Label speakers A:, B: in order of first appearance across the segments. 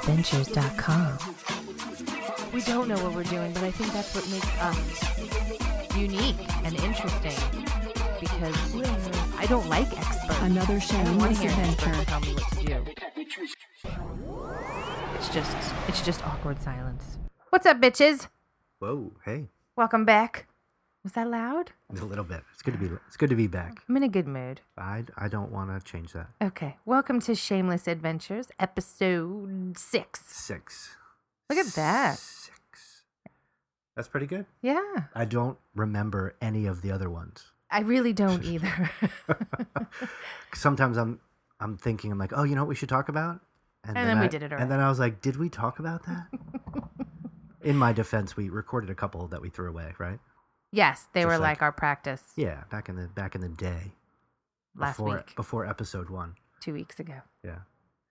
A: shamelessadventures.com. We don't know what we're doing, but I think that's what makes us unique and interesting. Because I don't like experts.
B: Another
A: I don't want to
B: shameless
A: hear an expert
B: adventure.
A: tell me what to do. It's just, it's just awkward silence. What's up, bitches?
C: Whoa, hey,
A: Welcome back. Was that loud?
C: a little bit. It's good to be. It's good to be back.
A: I'm in a good mood.
C: I, I don't want to change that.
A: Okay, welcome to Shameless Adventures, episode six.
C: Six.
A: Look at that.
C: Six. That's pretty good.
A: Yeah,
C: I don't remember any of the other ones.
A: I really don't either.
C: Sometimes I'm I'm thinking I'm like, oh, you know what we should talk about,
A: And then we
C: I-
A: did it
C: And then I was like, did we talk about that? In my defense, we recorded a couple that we threw away, right?
A: yes, they
C: Just
A: were like,
C: like-
A: our practice
C: Yeah, back in the back in the day,
A: last
C: before,
A: week,
C: before episode one.
A: two weeks ago.
C: Yeah.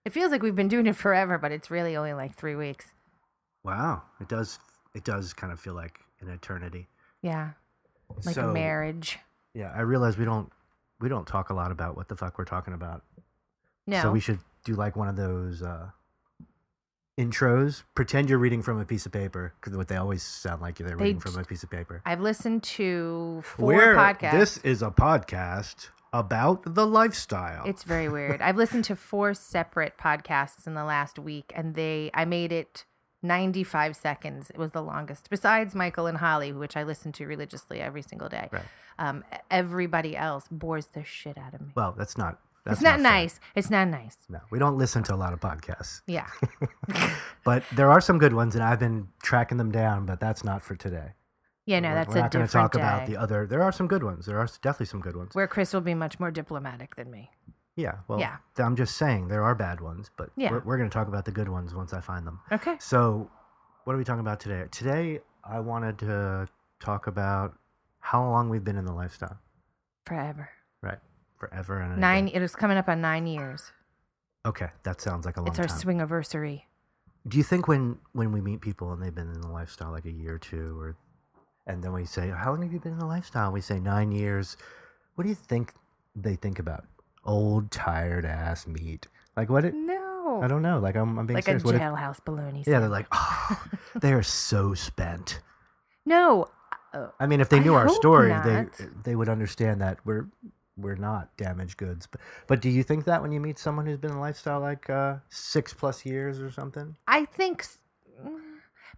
A: It feels like we've been doing it forever, but it's really only like three weeks.
C: Wow, it does it does kind of feel like an eternity.
A: Yeah, like a
C: So-
A: marriage.
C: Yeah, I realize we don't we don't talk a lot about what the fuck we're talking about.
A: No,
C: So we should do like one of those uh intros. Pretend you're reading from a piece of paper because what they always sound like they're
A: They
C: reading
A: j-
C: from a piece of paper.
A: I've listened to 4
C: We're-
A: podcasts.
C: This is a podcast about the lifestyle.
A: It's very weird. I've listened to four separate podcasts in the last week, and they I made it 95 seconds. It was the longest. Besides Michael and Holly, which I listen to religiously every single day.
C: Right.
A: Um, everybody else bores the shit out of me.
C: well, that's not that's
A: it's not,
C: fair.
A: nice. It's not nice.
C: No, we don't listen to a lot of podcasts,
A: Yeah.
C: but there are some good ones, and I've been tracking them down. But that's not for today.
A: Yeah. No,
C: We're-
A: that's
C: we're
A: a
C: not gonna
A: different
C: talk
A: day.
C: about the other. There are some good ones. There are s- definitely some good ones.
A: where Chris will be much more diplomatic than me.
C: Yeah. Well,
A: Yeah.
C: th- I'm just saying there are bad ones, but
A: Yeah.
C: we're, we're going to talk about the good ones once I find them.
A: Okay.
C: So, what are we talking about today? Today, I wanted to talk about how long we've been in the lifestyle,
A: Forever.
C: right? Forever and a day.
A: Nine. It is coming up on nine years.
C: Okay, that sounds like a long
A: It's our
C: time.
A: swing anniversary.
C: Do you think when when we meet people and they've been in the lifestyle like a year or two, or and then we say, "How long have you been in the lifestyle?" And we say nine years. What do you think they think about? Old, tired ass meat. Like what? It,
A: No.
C: I don't know. Like I'm, I'm being
A: like a
C: serious. What if-
A: jailhouse balloon. he
C: Yeah,
A: said.
C: they're like, oh, they are so spent.
A: No. Uh,
C: I mean, if they
A: I
C: knew our
A: hope
C: story, they
A: not.
C: they would understand that we're we're not damaged goods. But, but do you think that when you meet someone who's been in lifestyle like uh, six plus years or something,
A: I think s- mm,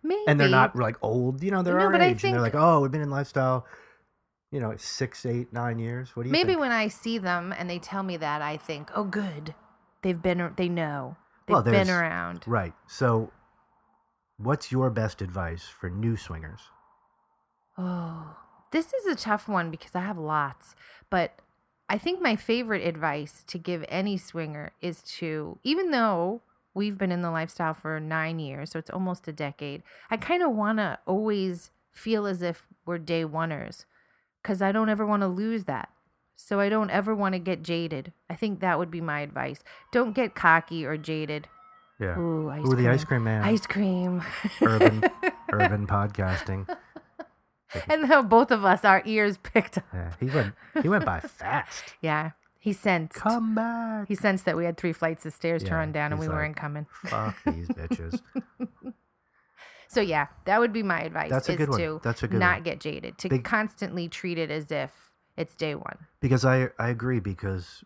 A: maybe.
C: and they're not like old, you know, they're
A: No,
C: our
A: but I
C: age, and they're
A: think-
C: like, oh, we've been in lifestyle, you know, six, eight, nine years. What do you
A: Maybe
C: think?
A: when I see them and they tell me that, I think, oh, good. They've been. ar- They know. They've
C: Well,
A: been
C: there's-
A: around.
C: right. So, what's your best advice for new swingers?
A: Oh, this is a tough one because I have lots, but I think my favorite advice to give any swinger is to, even though we've been in the lifestyle for nine years, so it's almost a decade, I kind of want to always feel as if we're day oneers because I don't ever want to lose that. So I don't ever want to get jaded. I think that would be my advice. Don't get cocky or jaded.
C: Yeah.
A: Ooh, ice
C: Who are
A: cream.
C: the ice cream man?
A: Ice cream.
C: Urban- Urban podcasting.
A: and how both of us, our ears picked up.
C: Yeah, he went. He went by fast.
A: Yeah, he sensed.
C: Come back.
A: He sensed that we had three flights of stairs to
C: Yeah,
A: run down, and we
C: he's like-
A: weren't coming.
C: Fuck these bitches.
A: So yeah, that would be my advice.
C: That's a
A: is
C: good
A: to
C: one. That's a good
A: not
C: one.
A: get jaded, to
C: Big-
A: constantly treat it as if it's day one.
C: Because I I agree. Because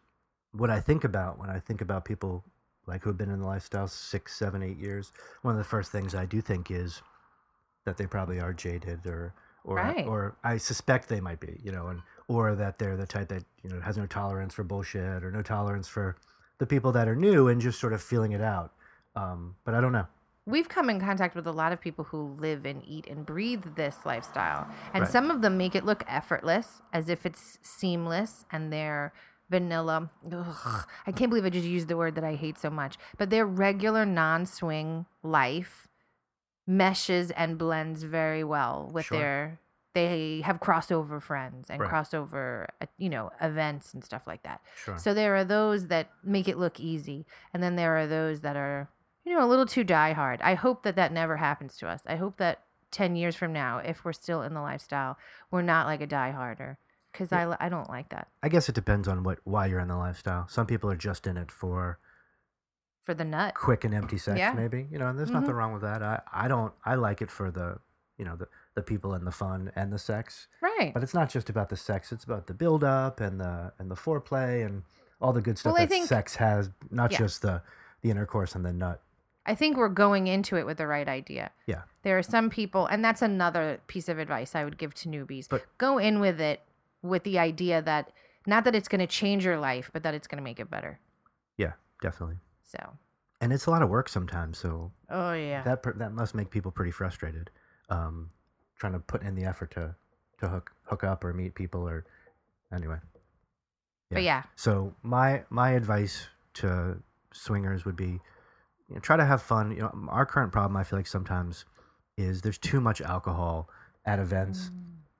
C: what I think about when I think about people like who've been in the lifestyle six, seven, eight years, one of the first things I do think is that they probably are jaded, or or
A: Right.
C: or I suspect they might be, you know, and or that they're the type that you know has no tolerance for bullshit or no tolerance for the people that are new and just sort of feeling it out. Um, but I don't know.
A: We've come in contact with a lot of people who live and eat and breathe this lifestyle, and
C: Right.
A: some of them make it look effortless, as if it's seamless, and they're vanilla. Ugh, I can't believe I just used the word that I hate so much. But their regular non-swing life meshes and blends very well with
C: Sure.
A: their they have crossover friends and
C: Right.
A: crossover uh, you know events and stuff like that
C: Sure.
A: so there are those that make it look easy and then there are those that are you know a little too diehard i hope that that never happens to us i hope that 10 years from now if we're still in the lifestyle we're not like a dieharder because I, li- I don't like that
C: I guess it depends on what why you're in the lifestyle. Some people are just in it for
A: for the nut.
C: quick and empty sex
A: Yeah. Mm-hmm.
C: maybe you know and there's nothing wrong with that i i don't i like it for the you know the, the people and the fun and the sex
A: Right.
C: but it's not just about the sex it's about the build up and the and the foreplay and all the good stuff
A: Well, I
C: that
A: think-
C: sex has not
A: Yeah.
C: just the the intercourse and the nut
A: I think we're going into it with the right idea.
C: Yeah.
A: There are some people, and that's another piece of advice I would give to newbies.
C: But-
A: go in with it with the idea that not that it's going to change your life, but that it's going to make it better.
C: yeah definitely
A: So,
C: and it's a lot of work sometimes so
A: oh yeah.
C: that per- that must make people pretty frustrated um trying to put in the effort to to hook hook up or meet people or anyway
A: But yeah,
C: So my my advice to swingers would be, you know, try to have fun. You know, our current problem I feel like sometimes is there's too much alcohol at
A: Mm.
C: events,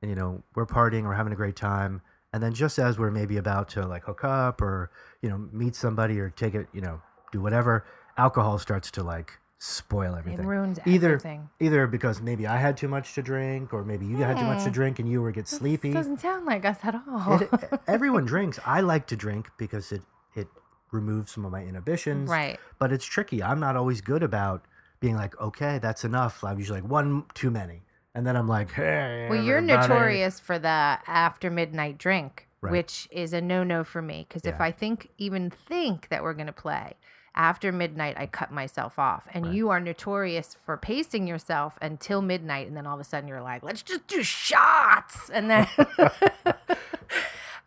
C: and you know we're partying, we're having a great time, and then just as we're maybe about to like hook up or you know meet somebody or take it, you know, do whatever, alcohol starts to like spoil
A: it
C: everything
A: ruins
C: Either-
A: everything.
C: either because maybe I had too much to drink, or maybe you had too much to
A: Hmm.
C: drink and you were get sleepy.
A: This doesn't sound like us at all.
C: It, e, everyone drinks. I like to drink because it it removes some of my inhibitions.
A: right.
C: But it's tricky. I'm not always good about being like, okay, that's enough. I'm usually like one too many, and then I'm like, hey.
A: Well, you're
C: everybody."
A: notorious for the after midnight drink,
C: Right.
A: which is a no no for me. Because if
C: Yeah.
A: I think, even think that we're going to play after midnight, I cut myself off. And
C: Right.
A: you are notorious for pacing yourself until midnight. And then all of a sudden you're like, let's just do shots. And then,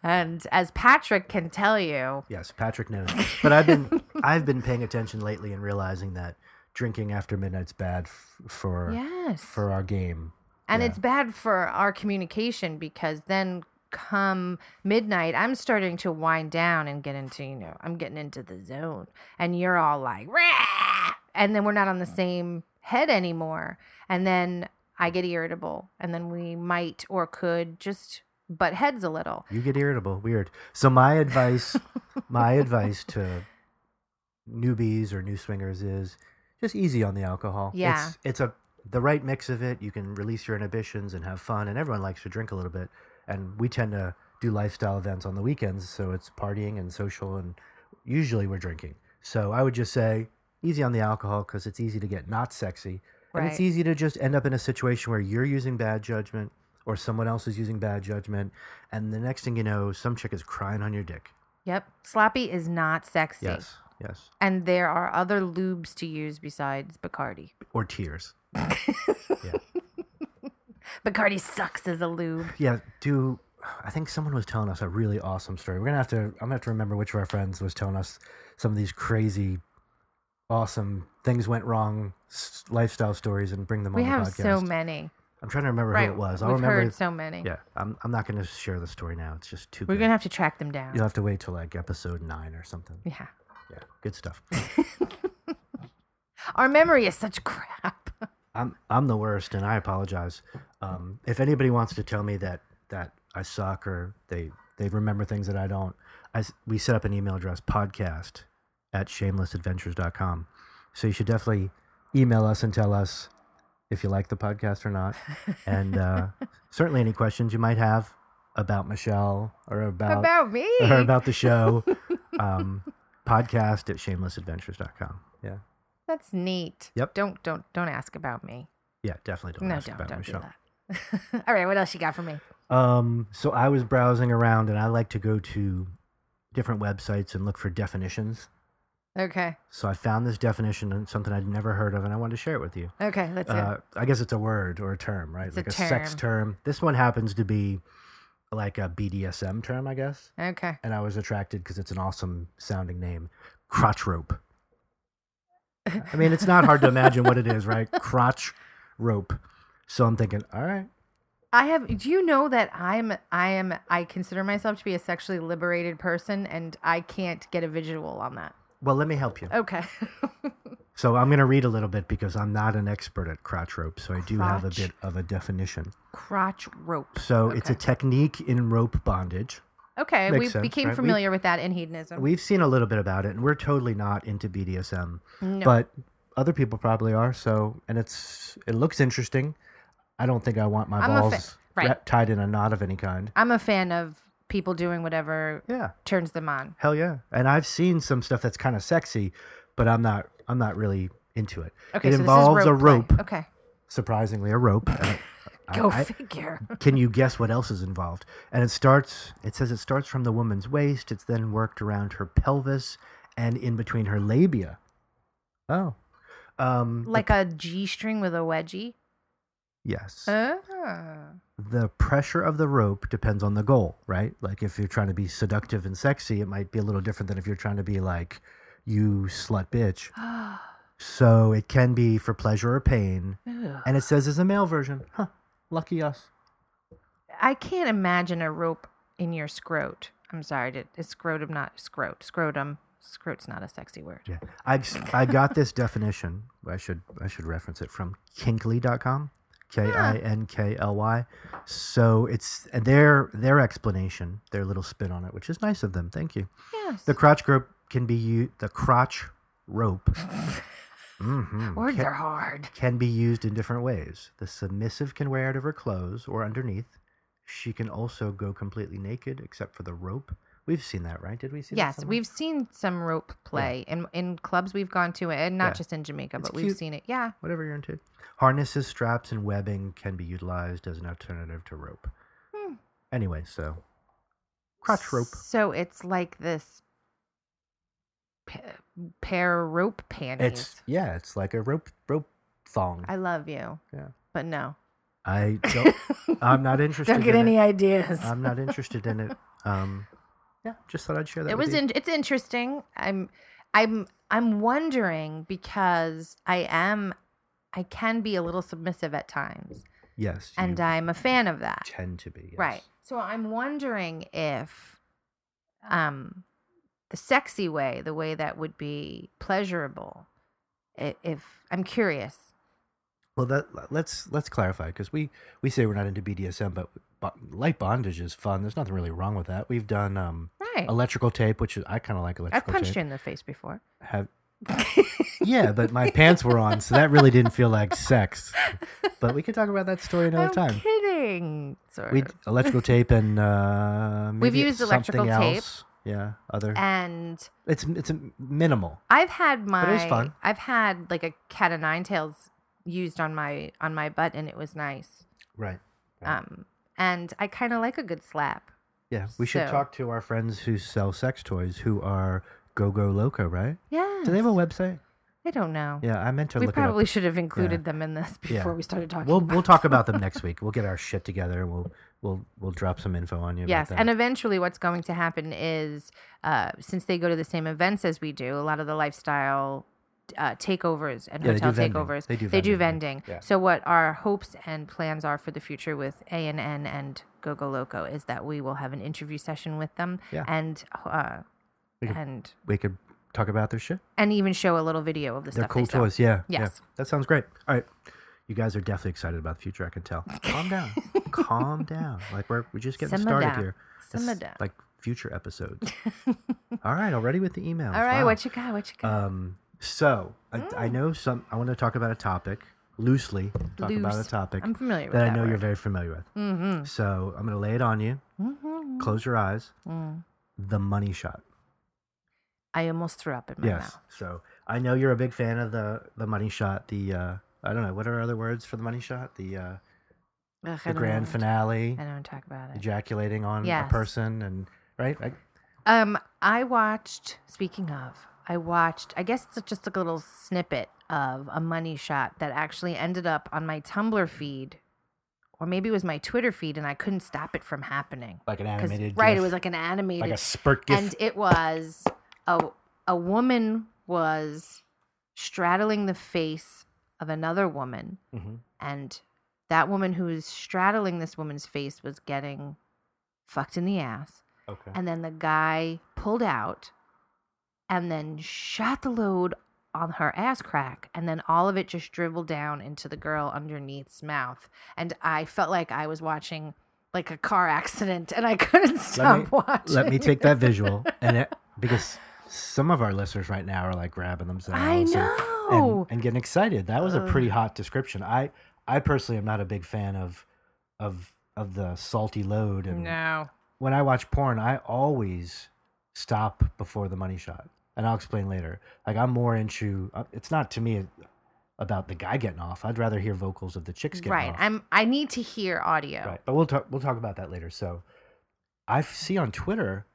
A: and as Patrick can tell you,
C: Yes, Patrick knows. But I've been I've been paying attention lately and realizing that drinking after midnight's bad f- for
A: yes.
C: for our game.
A: And
C: Yeah.
A: it's bad for our communication because then come midnight, I'm starting to wind down and get into, you know, I'm getting into the zone. And you're all like, Rah! and then we're not on the same head anymore. And then I get irritable. And then we might or could just butt heads a little.
C: You get irritable. Weird. So my advice, my advice to newbies or new swingers is just easy on the alcohol.
A: Yeah.
C: It's, it's a the right mix of it. You can release your inhibitions and have fun. And everyone likes to drink a little bit. And we tend to do lifestyle events on the weekends, so it's partying and social, and usually we're drinking. So I would just say easy on the alcohol because it's easy to get not sexy. And
A: Right.
C: it's easy to just end up in a situation where you're using bad judgment or someone else is using bad judgment. And the next thing you know, some chick is crying on your dick.
A: Yep. Sloppy is not sexy.
C: Yes. Yes.
A: And there are other lubes to use besides Bacardi.
C: Or tears.
A: Bacardi sucks as a lube.
C: Yeah. Do I think someone was telling us a really awesome story. We're gonna have to I'm gonna have to remember which of our friends was telling us some of these crazy awesome things went wrong s- lifestyle stories and bring them
A: We
C: on
A: have
C: the podcast.
A: so many.
C: I'm trying to remember
A: right.
C: who it was.
A: We've
C: I'll remember
A: heard so many.
C: Yeah. I'm I'm not gonna share the story now. It's just too
A: We're
C: good.
A: gonna have to track them down.
C: You'll have to wait till like episode nine or something.
A: Yeah.
C: Yeah, good stuff.
A: Our memory is such crap.
C: I'm I'm the worst, and I apologize. Um, if anybody wants to tell me that that I suck or they they remember things that I don't, I s we set up an email address podcast at shamelessadventures.com. So you should definitely email us and tell us if you like the podcast or not, and uh, certainly any questions you might have about Michelle or about,
A: about me.
C: or about the show. um, podcast at shamelessadventures.com. Yeah.
A: That's neat.
C: Yep.
A: Don't don't don't ask about me.
C: Yeah, definitely don't
A: no,
C: ask
A: don't
C: about
A: don't
C: Michelle.
A: do that. All right, what else you got for me?
C: Um, so I was browsing around, and I like to go to different websites and look for definitions.
A: Okay.
C: So I found this definition and something I'd never heard of, and I wanted to share it with you.
A: Okay, let's
C: Uh, I guess it's a word or a term, right?
A: It's a
C: like sex term. This one happens to be like a BDSM term, I guess.
A: hear. Okay.
C: And I was attracted because it's an awesome sounding name, crotch rope. I mean, it's not hard to imagine what it is, right? Crotch rope. So I'm thinking, all right,
A: I have do you know that I'm I am I consider myself to be a sexually liberated person and I can't get a visual on that.
C: well, let me help you.
A: Okay.
C: So I'm going to read a little bit because I'm not an expert at crotch rope, so I do have a
A: Crotch.
C: bit of a definition.
A: Crotch rope.
C: So it's a
A: Okay.
C: technique in rope bondage.
A: Okay,
C: Makes
A: we
C: sense,
A: became
C: right? We-
A: familiar with that in hedonism.
C: We've seen a little bit about it, and we're totally not into BDSM,
A: no.
C: but other people probably are. So, and it's it looks interesting. I don't think I want my
A: I'm a fa-
C: balls
A: right.
C: wrap- tied in a knot of any kind.
A: I'm a fan of people doing whatever
C: Yeah,
A: turns them on.
C: hell yeah. And I've seen some stuff that's kind of sexy, but I'm not I'm not really into it.
A: Okay, so
C: it
A: this is
C: involves a
A: play.
C: rope.
A: Okay,
C: Surprisingly, a rope. Uh, I-
A: go
C: I-
A: figure.
C: can you guess what else is involved? And it starts, it says it starts from the woman's waist, it's then worked around her pelvis and in between her labia. Oh. Um, the-
A: Like a G string with a wedgie.
C: yes.
A: Ah.
C: the pressure of the rope depends on the goal, right? Like if you're trying to be seductive and sexy, it might be a little different than if you're trying to be like, you slut bitch. So it can be for pleasure or pain.
A: Ew.
C: And it says there's a male version. Huh. Lucky us.
A: I can't imagine a rope in your scrot. I'm sorry, did- is scrotum not scrot? Scrotum. Scrot's not a sexy word.
C: Yeah. I, I got this definition. I should I should reference it from kinkly.com. K I N K L Y. So it's and their their explanation, their little spin on it, which is nice of them. Thank you.
A: Yes.
C: The crotch rope can be u- the crotch rope. Mhm.
A: Words
C: Ca-
A: are hard.
C: can be used in different ways. The submissive can wear it over clothes or underneath. She can also go completely naked except for the rope. We've seen that, right? Did we see that
A: Yes,
C: somewhere?
A: we've seen some rope play in in clubs we've gone to, and not
C: Yeah.
A: just in Jamaica,
C: It's
A: but we've
C: cute.
A: seen it. Yeah.
C: whatever you're into. Harnesses, straps, and webbing can be utilized as an alternative to rope.
A: Hmm.
C: Anyway, so crotch rope.
A: So it's like this p- pair of rope panties.
C: It's yeah, it's like a rope rope thong.
A: I love you.
C: Yeah.
A: But no.
C: I don't. I'm not interested.
A: Don't get
C: in
A: any
C: It. Uh,
A: ideas.
C: I'm not interested in it. Um, yeah, just thought I'd share that.
A: it
C: with
A: was
C: you.
A: in, it's interesting. I'm I'm I'm wondering because I am I can be a little submissive at times,
C: yes,
A: and
C: you
A: I'm a fan of that.
C: tend to be yes.
A: Right. So I'm wondering if um the sexy way, the way that would be pleasurable, i- if I'm curious.
C: Well, that let's let's clarify because we we say we're not into BDSM, but, but light bondage is fun. There's nothing really wrong with that. We've done um,
A: Right.
C: electrical tape, which is, I kind of like
A: I've
C: electrical
A: punched
C: tape.
A: you in the face before.
C: Have Yeah, but my pants were on, so that really didn't feel like sex. But we can talk about that story another
A: I'm
C: time.
A: kidding. Sort
C: We
A: of.
C: electrical tape and uh,
A: We've
C: maybe
A: used
C: something
A: electrical tape.
C: else. Yeah, other.
A: And
C: it's it's a minimal.
A: I've had my
C: it was fun.
A: I've had like a cat of nine tails used on my on my butt and it was nice.
C: Right. Right.
A: Um and I kind of like a good slap.
C: Yeah, we should
A: So-
C: talk to our friends who sell sex toys, who are Go Go Loco, right?
A: Yeah.
C: Do they have a website?
A: I don't know.
C: Yeah, I meant to
A: we
C: look
A: probably
C: it
A: should have included them in this
C: Yeah.
A: before we started talking
C: up. We'll
A: about
C: we'll talk about them next week. We'll get our shit together. and We'll we'll we'll drop some info on you. about
A: Yes,
C: that.
A: and eventually, what's going to happen is, uh, since they go to the same events as we do, a lot of the lifestyle uh, takeovers and
C: Yeah, they
A: hotel
C: do vending.
A: takeovers,
C: They do vending,
A: vending.
C: yeah. Yeah.
A: So, what our hopes and plans are for the future with A and N and Go Go Loco is that we will have an interview session with them,
C: Yeah.
A: and uh,
C: We could-
A: and
C: we could talk about their shit.
A: and even show a little video of the
C: They're
A: stuff.
C: cool
A: they sell.
C: toys. Yeah.
A: Yes.
C: Yeah. That sounds great. All right. You guys are definitely excited about the future. I can tell. Calm down. Calm down. Like we're we're just getting
A: Simmer
C: started
A: down.
C: here. It's
A: Simmer down.
C: Like future episodes. All right. Already with the emails.
A: All right,
C: Wow.
A: what you got? What you Mm. got?
C: Um. So I, I know some. I want to talk about a topic loosely. Talk about a
A: Loose.
C: topic
A: I'm familiar with
C: that I
A: that
C: know you're
A: word.
C: very familiar with.
A: mm-hmm.
C: So I'm gonna lay it on you.
A: Mm-hmm.
C: Close your eyes.
A: Mm.
C: The money shot.
A: I almost threw up in my
C: Yes.
A: mouth.
C: So I know you're a big fan of the the money shot. The uh, I don't know what are other words for the money shot. The uh,
A: Ugh, I
C: the
A: don't
C: grand
A: know.
C: finale,
A: I don't talk about it.
C: ejaculating on
A: Yes.
C: a person, and right, I,
A: Um, I watched. Speaking of, I watched. I guess it's just a little snippet of a money shot that actually ended up on my Tumblr feed, or maybe it was my Twitter feed, and I couldn't stop it from happening.
C: like an
A: 'Cause-
C: animated,
A: right, it
C: gif,
A: was like an animated,
C: like a spurt gif.
A: and it was a a woman was straddling the face of another woman,
C: Mhm.
A: and that woman who was straddling this woman's face was getting fucked in the ass.
C: Okay,
A: And then the guy pulled out and then shot the load on her ass crack. And then all of it just dribbled down into the girl underneath's mouth. And I felt like I was watching like a car accident and I couldn't stop
C: me-
A: watching.
C: let me take that visual, and it, because some of our listeners right now are like grabbing themselves,
A: I
C: and-
A: know.
C: and, and getting excited. That was a
A: Ugh.
C: pretty hot description. I I personally am not a big fan of of of the salty load, and
A: no.
C: when I watch porn, I always stop before the money shot. and I'll explain later. Like I'm more into. uh, It's not to me about the guy getting off. I'd rather hear vocals of the chicks getting
A: right.
C: off.
A: I'm. I need to hear audio.
C: Right. But we'll talk we'll talk about that later. So I f- see on Twitter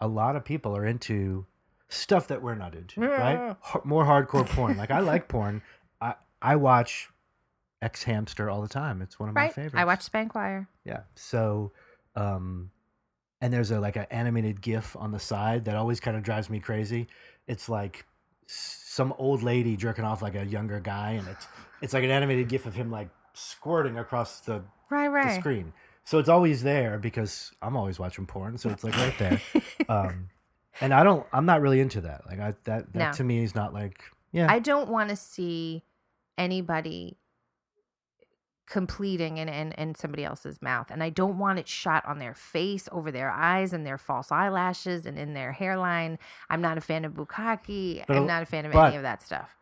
C: a lot of people are into stuff that we're not into,
A: Yeah.
C: right? Har- More hardcore porn. Like I like porn. I I watch X Hamster all the time. It's one of my
A: Right.
C: favorites.
A: I watch Spankwire.
C: Yeah. So um and there's a like an animated gif on the side that always kind of drives me crazy. It's like s- some old lady jerking off like a younger guy and it's it's like an animated gif of him like squirting across the
A: Right.
C: the
A: Right.
C: screen. So it's always there because I'm always watching porn, so it's like right there. um, and I don't, I'm not really into that. Like I, that, that
A: No.
C: to me is not like, yeah,
A: I don't want to see anybody completing in, in, in somebody else's mouth. And I don't want it shot on their face, over their eyes, and their false eyelashes, and in their hairline. I'm not a fan of bukkake.
C: But a-
A: I'm not a fan of
C: but-
A: any of that stuff.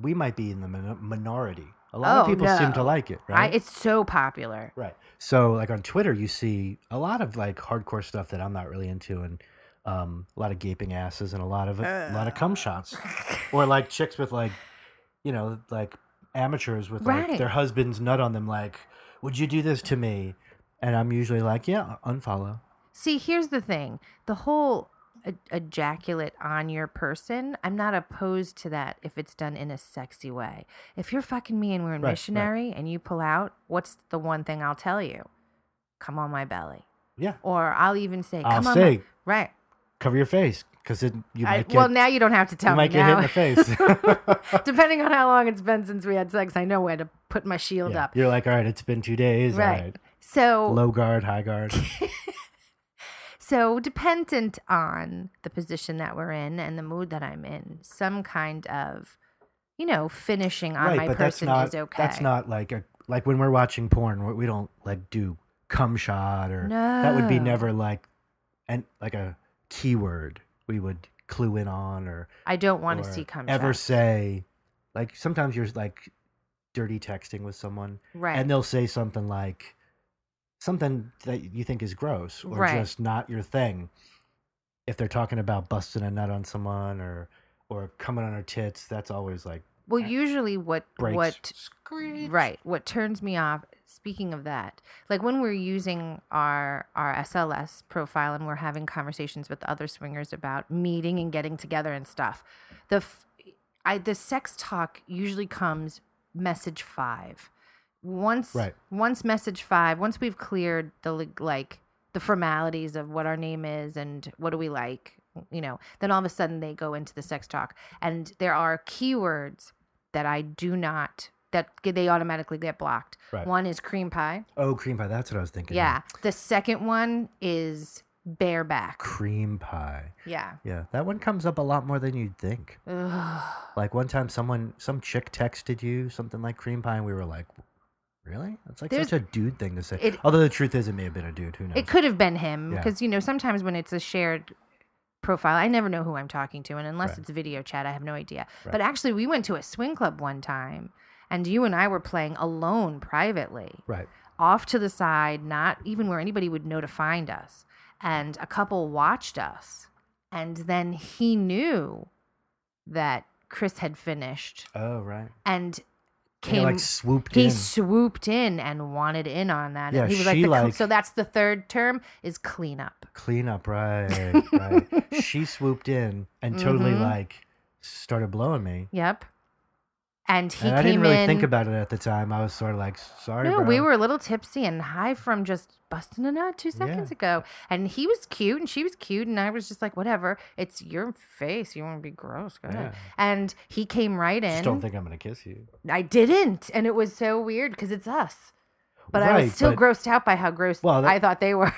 C: we might be in the min- minority. A lot of
A: Oh,
C: people seem to
A: no.
C: like it, right?
A: I, it's so popular.
C: right. So like on Twitter, you see a lot of like hardcore stuff that I'm not really into, and um, a lot of gaping asses and a lot of a lot of cum
A: Uh.
C: shots, or like chicks with like, you know, like amateurs with like
A: Right.
C: their husband's nut on them, like, would you do this to me? And I'm usually like, yeah, unfollow.
A: See, here's the thing the whole e- ejaculate on your person, I'm not opposed to that if it's done in a sexy way. If you're fucking me and we're in
C: Right, right.
A: missionary and you pull out, what's the one thing I'll tell you? Come on my belly.
C: Yeah.
A: Or I'll even say,
C: I'll
A: come on.
C: say,
A: my-" Right.
C: cover your face because it you might
A: I,
C: get
A: well, now you don't have to tell
C: you
A: me
C: might
A: now.
C: get hit in the face.
A: Depending on how long it's been since we had sex, I know where to put my shield
C: Yeah.
A: up.
C: You're like, all right, it's been two days.
A: Right.
C: All right,
A: So
C: low guard, high guard.
A: So, dependent on the position that we're in and the mood that I'm in, some kind of, you know, finishing on
C: right,
A: my
C: but that's
A: person
C: not
A: is okay.
C: that's not like a like when we're watching porn, we- we don't like do cum shot or that would be
A: No.
C: never like and like a keyword we would clue in on or
A: I don't want to
C: or
A: see cum
C: ever
A: shots.
C: say like sometimes you're like dirty texting with someone
A: right.
C: and they'll say something like something that you think is gross or
A: Right.
C: just not your thing if they're talking about busting a nut on someone or or coming on her tits that's always like
A: well, usually what
C: breaks
A: what
C: Screech.
A: right what turns me off. Speaking of that, like when we're using our our SLS profile and we're having conversations with other swingers about meeting and getting together and stuff, the f- I the sex talk usually comes message five. Once
C: Right.
A: once message five, once we've cleared the leg- like the formalities of what our name is and what do we like, you know, then all of a sudden they go into the sex talk, and there are keywords that I do not that g- they automatically get blocked.
C: Right.
A: One is cream pie.
C: oh cream pie that's what i was thinking of.
A: Yeah. The second one is bareback.
C: cream pie
A: Yeah.
C: yeah that one comes up a lot more than you'd think
A: Ugh.
C: like one time someone some chick texted you something like cream pie and we were like really that's like
A: There's-
C: such a dude thing to say
A: it-
C: although the truth is it may have been a dude who knows
A: It could have been him
C: Yeah.
A: because you know sometimes when it's a shared profile, I never know who I'm talking to, and unless
C: Right.
A: it's video chat, I have no idea.
C: Right.
A: But actually, we went to a swing club one time, and you and I were playing alone privately,
C: right
A: off to the side, not even where anybody would know to find us. And a couple watched us, and then he knew that Chris had finished
C: oh right
A: and
C: And he,
A: came.
C: like swooped
A: He
C: in
A: swooped in and wanted in on that.
C: Yeah,
A: and he was
C: she
A: like, the,
C: like-
A: so that's the third term is cleanup.
C: cleanup right right she swooped in and totally
A: Mhm.
C: like started blowing me
A: Yep. And he
C: and
A: came
C: i didn't really
A: in.
C: think about it at the time i was sort of like sorry
A: no,
C: bro.
A: we were a little tipsy and high from just busting a nut two seconds
C: Yeah.
A: ago. And he was cute and she was cute. And I was just like, whatever. It's your face. You want to be gross. Go ahead.
C: Yeah.
A: And he came right in.
C: just don't think i'm gonna kiss you
A: I didn't. And it was so weird because it's us. But I
C: Right,
A: was still
C: but-
A: grossed out by how gross
C: Well, that-
A: I thought they were.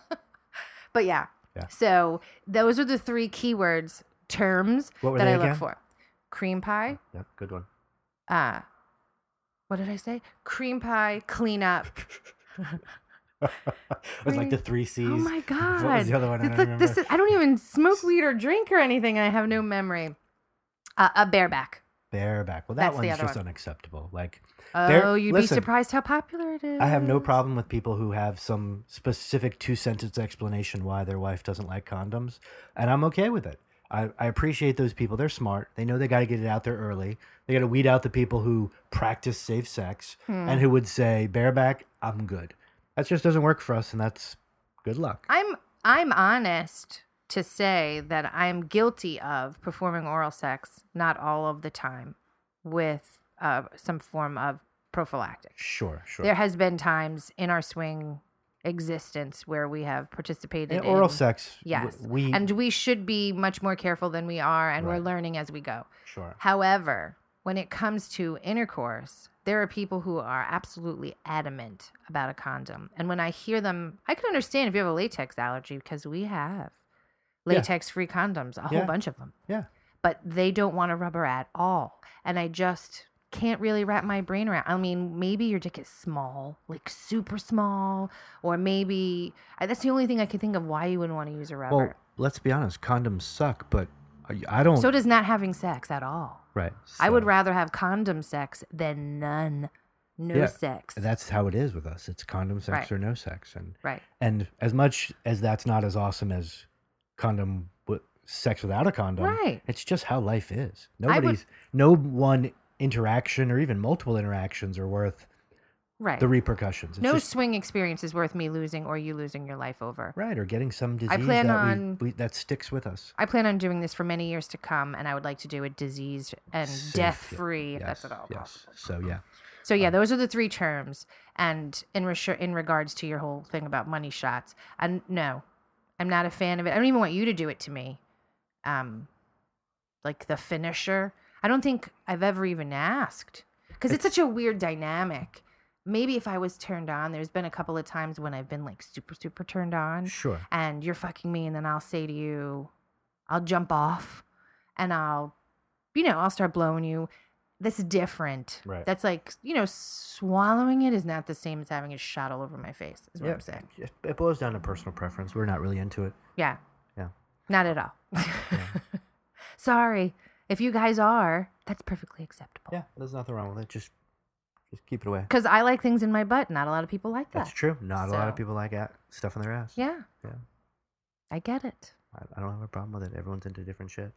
A: but yeah.
C: Yeah.
A: So those are the three keywords, terms
C: What were
A: that
C: they
A: I look
C: again?
A: for cream pie,
C: yep good one
A: uh what did I say? Cream pie, cleanup.
C: it was like the three c's
A: Oh my god.
C: what was the other one i
A: It's
C: don't
A: like-
C: remember
A: this is- I don't even smoke weed or drink or anything. I have no memory. Uh, a bareback.
C: bareback well
A: That's
C: that
A: the
C: one's
A: other
C: just
A: one.
C: unacceptable like
A: Oh,
C: There-
A: you'd
C: listen,
A: be surprised how popular it is.
C: I have no problem with people who have some specific two sentence explanation why their wife doesn't like condoms, and I'm okay with it. I, I appreciate those people. They're smart. They know they got to get it out there early. They got to weed out the people who practice safe sex
A: Hmm.
C: and who would say, bareback, I'm good. That just doesn't work for us, and that's good luck.
A: I'm I'm honest to say that I'm guilty of performing oral sex, not all of the time, with uh, some form of prophylactic.
C: sure, sure.
A: There has been times in our swing existence where we have participated
C: And
A: in
C: oral sex, w-
A: Yes.
C: we,
A: and we should be much more careful than we are, and
C: Right.
A: we're learning as we go.
C: sure.
A: However, when it comes to intercourse, there are people who are absolutely adamant about a condom. And when I hear them, I can understand if you have a latex allergy because we have
C: Yeah.
A: latex free condoms, a
C: Yeah.
A: whole bunch of them.
C: Yeah.
A: But they don't want a rubber at all. And I just can't really wrap my brain around. I mean, maybe your dick is small, like super small, or maybe I, that's the only thing I can think of why you wouldn't want to use a
C: Well,
A: rubber.
C: let's be honest. Condoms suck, but I- I don't.
A: so does not having sex at all.
C: right.
A: I would
C: so
A: rather have condom sex than none. No
C: Yeah,
A: sex.
C: That's how it is with us. It's condom sex
A: Right.
C: or no sex, and
A: right.
C: and as much as that's not as awesome as condom with sex without a condom,
A: Right.
C: it's just how life is.
A: I would-
C: Nobody's no one interaction or even multiple interactions are worth
A: Right.
C: the repercussions. It's
A: no
C: just,
A: swing experience is worth me losing or you losing your life over.
C: right or getting some disease
A: plan
C: that
A: on-
C: we, we, that sticks with us.
A: I plan on doing this for many years to come, and I would like to do it disease and
C: Safe, yeah.
A: death free, if that's at
C: Yes,
A: all possible.
C: Yes. So yeah.
A: So yeah, those are the three terms. And in resu- in regards to your whole thing about money shots, and no, I'm not a fan of it. I don't even want you to do it to me. Um, like the finisher. I don't think I've ever even asked because it's,
C: It's-
A: such a weird dynamic. Maybe if I was turned on, there's been a couple of times when I've been like super super turned on,
C: Sure.
A: and you're fucking me, and then I'll say to you, I'll jump off, and I'll, you know, I'll start blowing you. That's different.
C: Right.
A: That's like, you know, swallowing it is not the same as having it shot all over my face, is what
C: Yeah.
A: I'm saying.
C: It- It boils down to personal preference. We're not really into it.
A: Yeah.
C: Yeah.
A: Not at all. Sorry. If you guys are, that's perfectly acceptable.
C: Yeah, there's nothing wrong with it. Just just keep it away.
A: Because I like things in my butt. Not a lot of people like that.
C: That's true. Not a lot of
A: So-
C: people like that stuff in their ass.
A: Yeah.
C: Yeah.
A: I get it.
C: I, I don't have a problem with it. Everyone's into different shit.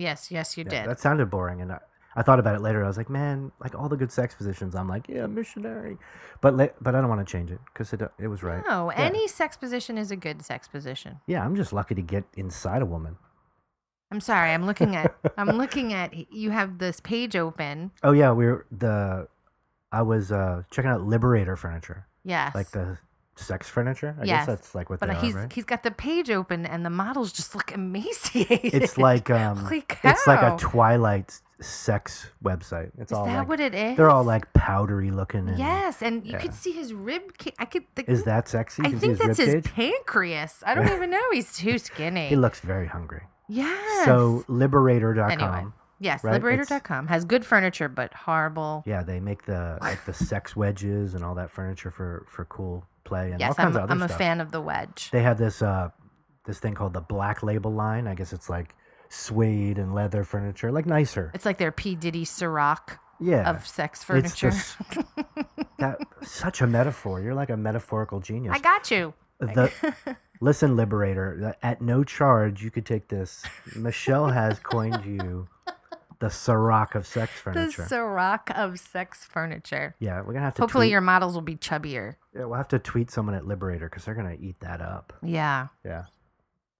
A: Yes, yes, you
C: Yeah,
A: did.
C: That sounded boring, and I, I thought about it later. I was like, man, like all the good sex positions. I'm like, yeah, missionary, but la- but I don't want to change it because it it was right.
A: No,
C: Yeah.
A: any sex position is a good sex position.
C: Yeah, I'm just lucky to get inside a woman.
A: I'm sorry. I'm looking at. I'm looking at. You have this page open.
C: Oh yeah, we were the. I was uh, checking out Liberator furniture,
A: Yes.
C: like the sex furniture. I
A: Yes.
C: guess that's like what
A: but
C: they
A: he's
C: are, right?
A: he's got the page open, and the models just look emaciated.
C: It's like um,
A: Holy
C: it's like
A: cow.
C: a Twilight sex website. It's
A: Is
C: all
A: that
C: like,
A: what it is?
C: they're all like powdery looking. And,
A: Yes, and you
C: yeah.
A: could see his rib. Ca- I could. The,
C: Is that sexy?
A: I
C: You can see
A: think that's his
C: ribcage?
A: pancreas. I don't even know. He's too skinny.
C: He looks very hungry.
A: yes.
C: So liberator.com.
A: Anyway. yes,
C: right, it's-
A: liberator.com has good furniture, but horrible.
C: Yeah, they make the like the sex wedges and all that furniture for for cool play and all
A: yes,
C: kinds
A: I'm,
C: of other
A: I'm a
C: stuff.
A: fan of the wedge.
C: They have this uh this thing called the black label line. I guess it's like suede and leather furniture, like nicer.
A: It's like their P Diddy Ciroc
C: yeah.
A: of sex
C: It's
A: furniture.
C: this- that such a metaphor. You're like a metaphorical genius.
A: I got you.
C: the listen liberator that at no charge you could take this michelle has coined you the Ciroc of sex
A: The
C: furniture
A: Ciroc of sex furniture.
C: yeah we're gonna have to
A: Hopefully,
C: tweet,
A: your models will be chubbier.
C: yeah, we'll have to tweet someone at liberator because they're gonna eat that up
A: Yeah.
C: yeah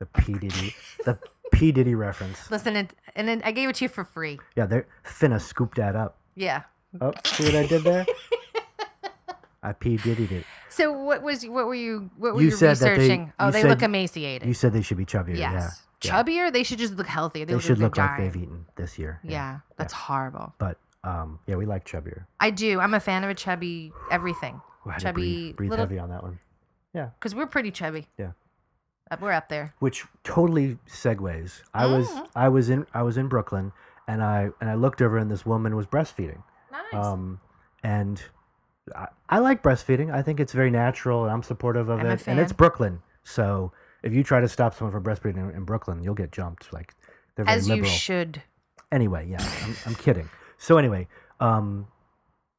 C: the p diddy the p diddy reference
A: Listen, it, and then I gave it to you for free.
C: yeah they're finna scoop that up
A: Yeah.
C: oh see what i did there i p diddied it
A: So what was what were you what were
C: You
A: you,
C: said that they-
A: researching? oh,
C: you
A: they
C: said-
A: look emaciated.
C: you said they should be chubbier yeah
A: yes.
C: yeah.
A: Chubbier? They should just look healthier. They,
C: they
A: look
C: should
A: like
C: look
A: they're
C: like
A: dying.
C: they've eaten this year
A: Yeah. That's horrible.
C: but um yeah we like chubbier
A: I do. I'm a fan of a chubby everything.
C: Ooh, I had to
A: Chubby
C: breathe, breathe
A: little
C: heavy on that one
A: because we're pretty chubby.
C: Yeah.
A: Uh, We're up there.
C: which totally segues. I was
A: Mm.
C: I was in I was in Brooklyn, and I and I looked over, and this woman was breastfeeding.
A: Nice.
C: Um, and I, I like breastfeeding. I think it's very natural, and I'm supportive of
A: I'm a
C: it. And it's
A: fan.
C: Brooklyn, so if you try to stop someone from breastfeeding in, in Brooklyn, you'll get jumped. Like they're very
A: As you
C: liberal.
A: should.
C: anyway, yeah, I'm, I'm kidding. So anyway, um,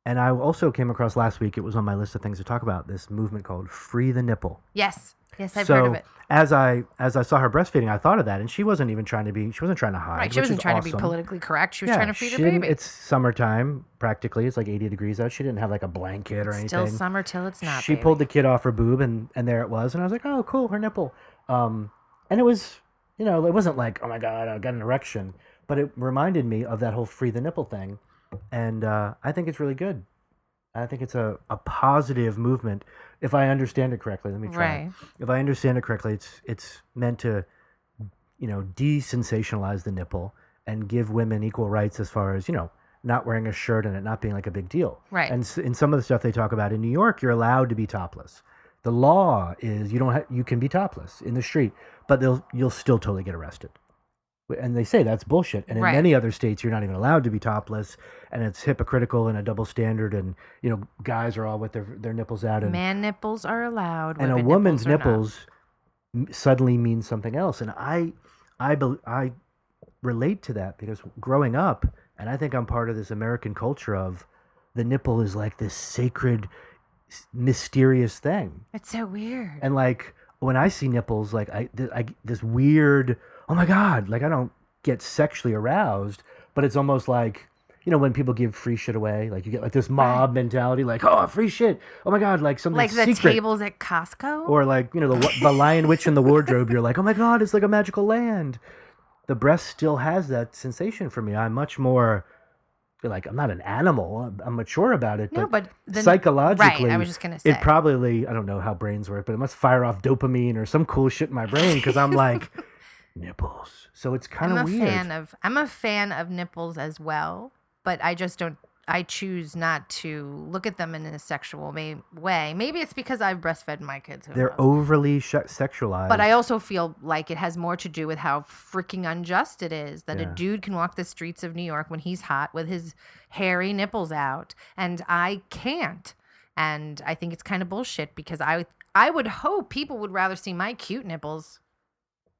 C: And I also came across last week, it was on my list of things to talk about, this movement called Free the Nipple.
A: Yes. Yes, I've
C: so
A: heard of it.
C: as I as I saw her breastfeeding, I thought of that, and she wasn't even trying to be she wasn't trying to hide.
A: Right. She
C: uh, which
A: wasn't
C: is
A: trying to
C: awesome.
A: be politically correct. She was
C: Yeah,
A: trying to feed
C: she
A: her
C: didn't-
A: baby.
C: It's summertime, practically. It's like 80 degrees out. She didn't have like a blanket or
A: Still
C: anything.
A: summer till it's not.
C: she
A: baby.
C: pulled the kid off her boob, and and there it was. And I was like, oh, cool, her nipple. Um, and it was, you know, it wasn't like, oh my god, I got an erection, but it reminded me of that whole free the nipple thing, and uh, I think it's really good. I think it's a, a positive movement, if I understand it correctly. Let me try.
A: Right.
C: If I understand it correctly, it's it's meant to, you know, desensationalize the nipple and give women equal rights as far as you know, not wearing a shirt and it not being like a big deal.
A: Right.
C: And s- in some of the stuff they talk about in New York, you're allowed to be topless. The law is you don't ha- you can be topless in the street, but they'll you'll still totally get arrested. And they say that's bullshit. And in
A: Right.
C: many other states, you're not even allowed to be topless, and it's hypocritical and a double standard. And you know, guys are all with their their nipples out, and
A: Man nipples are allowed.
C: and a
A: women
C: woman's
A: nipples. are not.
C: nipples m- suddenly means something else and i i bel i relate to that because growing up and i think i'm part of this american culture of the nipple is like this sacred s- mysterious thing
A: It's so weird.
C: and like when i see nipples like i, th- I this weird oh my god like i don't get sexually aroused but it's almost like you know when people give free shit away like you get like this mob mentality like oh free shit oh my god like something
A: like the
C: secret
A: tables at Costco.
C: or like you know the the lion witch in the wardrobe you're like oh my god it's like a magical land the breast still has that sensation for me i'm much more like i'm not an animal i'm, I'm mature about it
A: no,
C: but,
A: but the,
C: psychologically
A: right. I was just gonna say
C: it probably i don't know how brains work but it must fire off dopamine or some cool shit in my brain because i'm like nipples so it's kind
A: I'm a
C: of weird
A: fan of I'm a fan of nipples as well, but I just don't. I choose not to look at them in a sexual may, way. Maybe it's because I've breastfed my kids. who knows?
C: they're overly sh- sexualized
A: But I also feel like it has more to do with how freaking unjust it is that
C: Yeah.
A: a dude can walk the streets of New York when he's hot with his hairy nipples out and I can't. And I think it's kind of bullshit because I would- I would hope people would rather see my cute nipples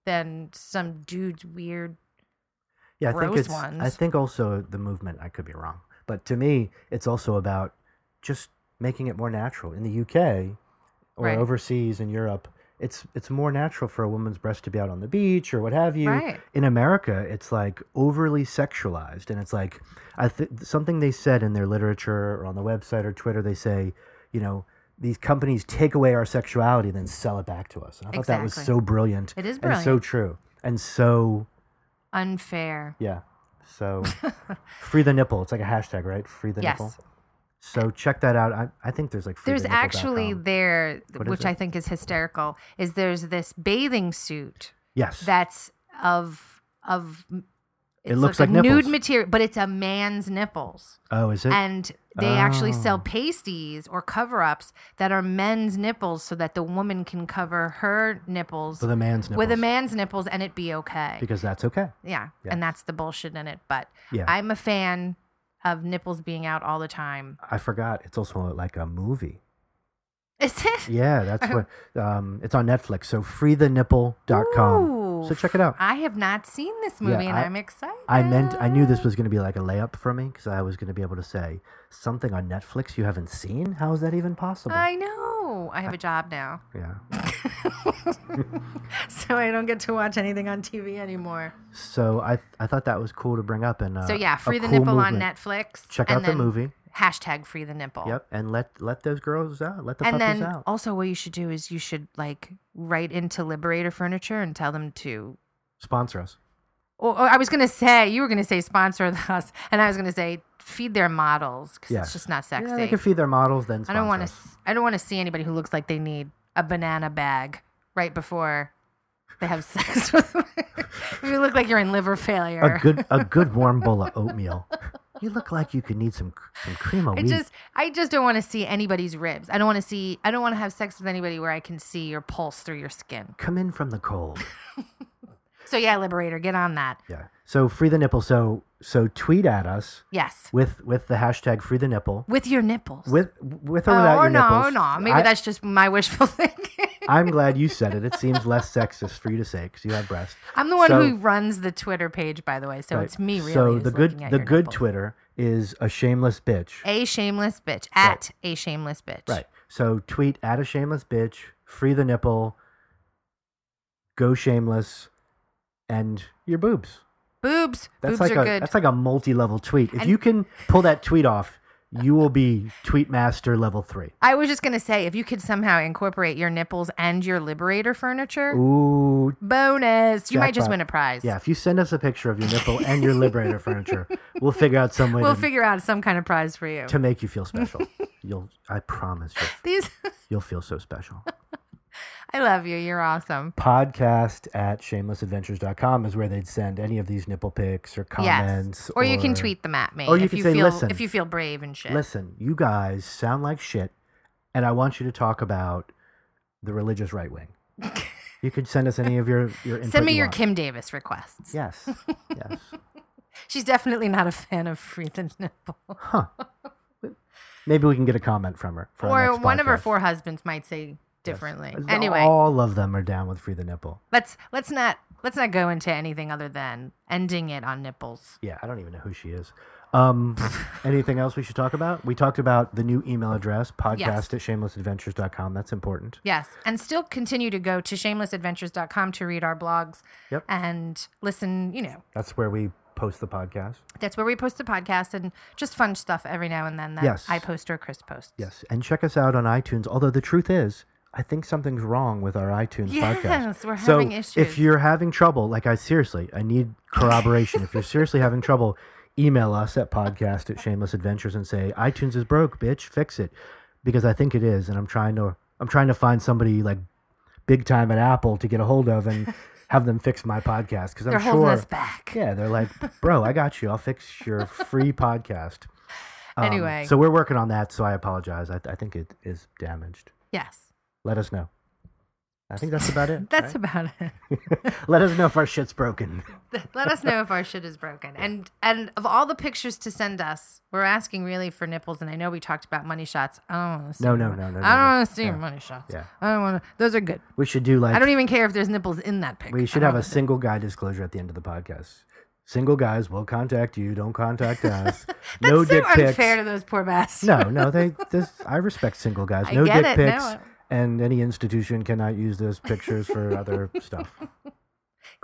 A: than some dude's weird
C: Yeah, I think
A: gross
C: it's. I
A: ones.
C: think also the movement. I could be wrong, but to me, it's also about just making it more natural in the UK or
A: Right.
C: overseas in Europe. It's it's more natural for a woman's breast to be out on the beach or what have you.
A: Right.
C: In America, it's like overly sexualized, and it's like I th- something they said in their literature or on the website or Twitter. They say, you know, these companies take away our sexuality and then sell it back to us. And I thought that was
A: Exactly.
C: so brilliant.
A: It is
C: and so
A: brilliant.
C: true and so
A: unfair.
C: yeah. So free the nipple. It's like a hashtag, right? Free the
A: Yes.
C: nipple. So check that out. I, I think there's like free
A: There's
C: the
A: actually
C: nipple.com.
A: there
C: What is
A: which
C: it?
A: I think is hysterical is there's this bathing suit
C: yes.
A: that's of of
C: It
A: it's
C: looks
A: a
C: like nipples.
A: nude material, but it's a man's nipples,
C: oh, is it?
A: and they actually
C: Oh.
A: sell pasties or cover-ups that are men's nipples, so that the woman can cover her nipples
C: With a man's nipple.
A: with a man's nipples, and it be okay.
C: Because that's okay.
A: yeah.
C: Yeah.
A: and that's the bullshit in it. But
C: Yeah. I,
A: I'm a fan of nipples being out all the time.
C: forgot. It's also like a movie.
A: Is it?
C: Yeah, that's what. Um, it's on Netflix. So freethenipple.com.
A: Ooh,
C: So check it out.
A: I have not seen this
C: Yeah,
A: movie, and
C: I-
A: I, am excited.
C: I meant I knew this was going to be like a layup for me because I was going to be able to say something on Netflix you haven't seen. How is that even possible?
A: I know. I have a job now.
C: yeah.
A: so I don't get to watch anything on TV anymore.
C: So I I thought that was cool to bring up and uh,
A: so yeah,
C: a
A: free the
C: cool
A: nipple on
C: movement.
A: Netflix.
C: Check
A: and
C: out the
A: then
C: movie.
A: Hashtag free the nipple.
C: Yep, and let let those girls out. Let the
A: And
C: puppies
A: then
C: out.
A: also, what you should do is you should like write into Liberator Furniture and tell them to.
C: Sponsor us.
A: Or, or I was gonna say you were gonna say sponsor us, and I was gonna say feed their models because
C: Yes.
A: it's just not sexy.
C: Yeah, they can feed their models. Then
A: I don't want to.
C: sponsor
A: I don't want to see anybody who looks like they need a banana bag right before they have sex with. them. if you look like you're in liver failure,
C: us. a good a good warm bowl of oatmeal. You look like you could need some some cream of
A: I
C: wheat.
A: just I just don't want to see anybody's ribs. I don't want to see I don't want to have sex with anybody where I can see your pulse through your skin.
C: Come in from the cold.
A: So yeah, liberator, get on that.
C: Yeah. So free the nipple. So so tweet at us
A: Yes.
C: with with the hashtag free the nipple.
A: With your nipples.
C: With with or
A: oh,
C: without
A: or
C: your
A: no,
C: nipples.
A: no. Maybe
C: I-
A: that's just my wishful thinking.
C: I'm glad you said it. It seems less sexist for you to say because you have breasts.
A: I'm the one
C: So-
A: who runs the Twitter page, by the way, so
C: Right.
A: it's me really.
C: So
A: who's
C: the good
A: looking at
C: the
A: your
C: good
A: nipples.
C: Twitter is a shameless bitch.
A: A shameless bitch.
C: Right.
A: At a shameless bitch.
C: Right. So tweet at a shameless bitch, free the nipple, go shameless, and your boobs.
A: Boobs.
C: That's
A: Boobs
C: like
A: are
C: a
A: good.
C: that's like a multi level tweet. If
A: And-
C: you can pull that tweet off, you will be tweet master level three.
A: I was just gonna say if you could somehow incorporate your nipples and your liberator furniture,
C: Ooh,
A: bonus. You might just
C: Jackpot.
A: win a prize.
C: yeah. If you send us a picture of your nipple and your liberator furniture, we'll figure out some way
A: We'll
C: to,
A: figure out some kind of prize for you.
C: to make you feel special. You'll, I promise you,
A: These
C: you'll feel so special.
A: I love you. You're awesome.
C: Podcast at shamelessadventures.com is where they'd send any of these nipple pics or comments.
A: Yes. Or, you can tweet them at me.
C: Or Oh, you
A: if
C: can
A: you
C: say,
A: feel
C: "Listen."
A: if you feel brave and shit.
C: Listen, you guys sound like shit, and I want you to talk about the religious right wing. you could send us any of your your input
A: Send me
C: you
A: your
C: want.
A: Kim Davis requests.
C: Yes, yes.
A: She's definitely not a fan of free the nipple.
C: Huh. Maybe we can get a comment from her. For our
A: Or
C: next
A: one of her
C: podcast.
A: four husbands might say
C: Yes.
A: differently.
C: As-
A: Anyway,
C: all of them are down with free the nipple.
A: let's let's not let's not go into anything other than ending it on nipples.
C: Yeah, I don't even know who she is. Um, anything else we should talk about? We talked about the new email address, podcast
A: Yes.
C: at shamelessadventures.com. That's important.
A: Yes, and still continue to go to shamelessadventures.com to read our blogs
C: Yep.
A: and listen, you know,
C: That's where we post the podcast.
A: that's where we post the podcast and just fun stuff every now and then that
C: Yes.
A: I post or Chris posts.
C: Yes. And check us out on iTunes. Although the truth is, I think something's wrong with our iTunes podcast.
A: Yes, we're
C: so
A: having issues.
C: if you're having trouble, like I seriously, I need corroboration. if you're seriously having trouble, email us at podcast at shameless adventures and say iTunes is broke, bitch, fix it, because I think it is, and I'm trying to I'm trying to find somebody like big time at Apple to get a hold of and have them fix my podcast because I'm
A: They're
C: sure
A: holding us back.
C: yeah, they're like, bro, I got you. I'll fix your free podcast. Um,
A: Anyway.
C: So we're working on that. So I apologize. I, I think it is damaged.
A: Yes.
C: Let us know. I think that's about it.
A: That's about it.
C: right? Let us know if our shit's broken.
A: Let us know if our shit is broken. And and of all the pictures to send us, we're asking really for nipples. And I know we talked about money shots. I don't want to see.
C: No, no,
A: money-
C: no, no, no,
A: I don't
C: no.
A: want to see
C: Yeah.
A: money shots.
C: Yeah.
A: I don't want to. Those are good.
C: We should do like,
A: I don't even care if there's nipples in that picture.
C: we should have a single guy disclosure at the end of the podcast. Single guys will contact you. Don't contact us. no
A: so
C: dick pics.
A: unfair to those poor bastards.
C: No, no, they. This I respect single guys.
A: I
C: No
A: get
C: dick
A: it, no,
C: pics,
A: I-
C: and any institution cannot use those pictures for other stuff. Cool.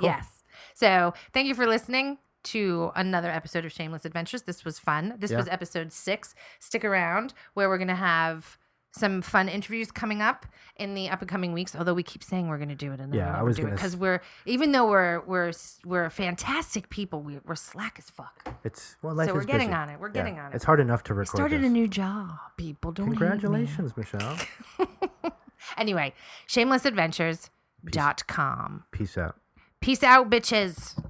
A: Yes. So thank you for listening to another episode of Shameless Adventures. This was fun. This
C: Yeah.
A: was episode six. Stick around where we're going to have some fun interviews coming up in the up and coming weeks. Although we keep saying we're going to do it and then
C: Yeah, I
A: we'll never
C: was
A: do it
C: gonna s-
A: because we're even though we're we're s- we're fantastic people, we, we're slack as fuck.
C: It's well, life
A: so we're
C: is
A: getting
C: busy.
A: on it. We're
C: Yeah,
A: getting on it.
C: It's hard enough to
A: I
C: record.
A: started
C: this.
A: a new job. People don't hate me.
C: Congratulations, Michelle.
A: Anyway, shamelessadventures.com.
C: Peace out.
A: Peace out, bitches.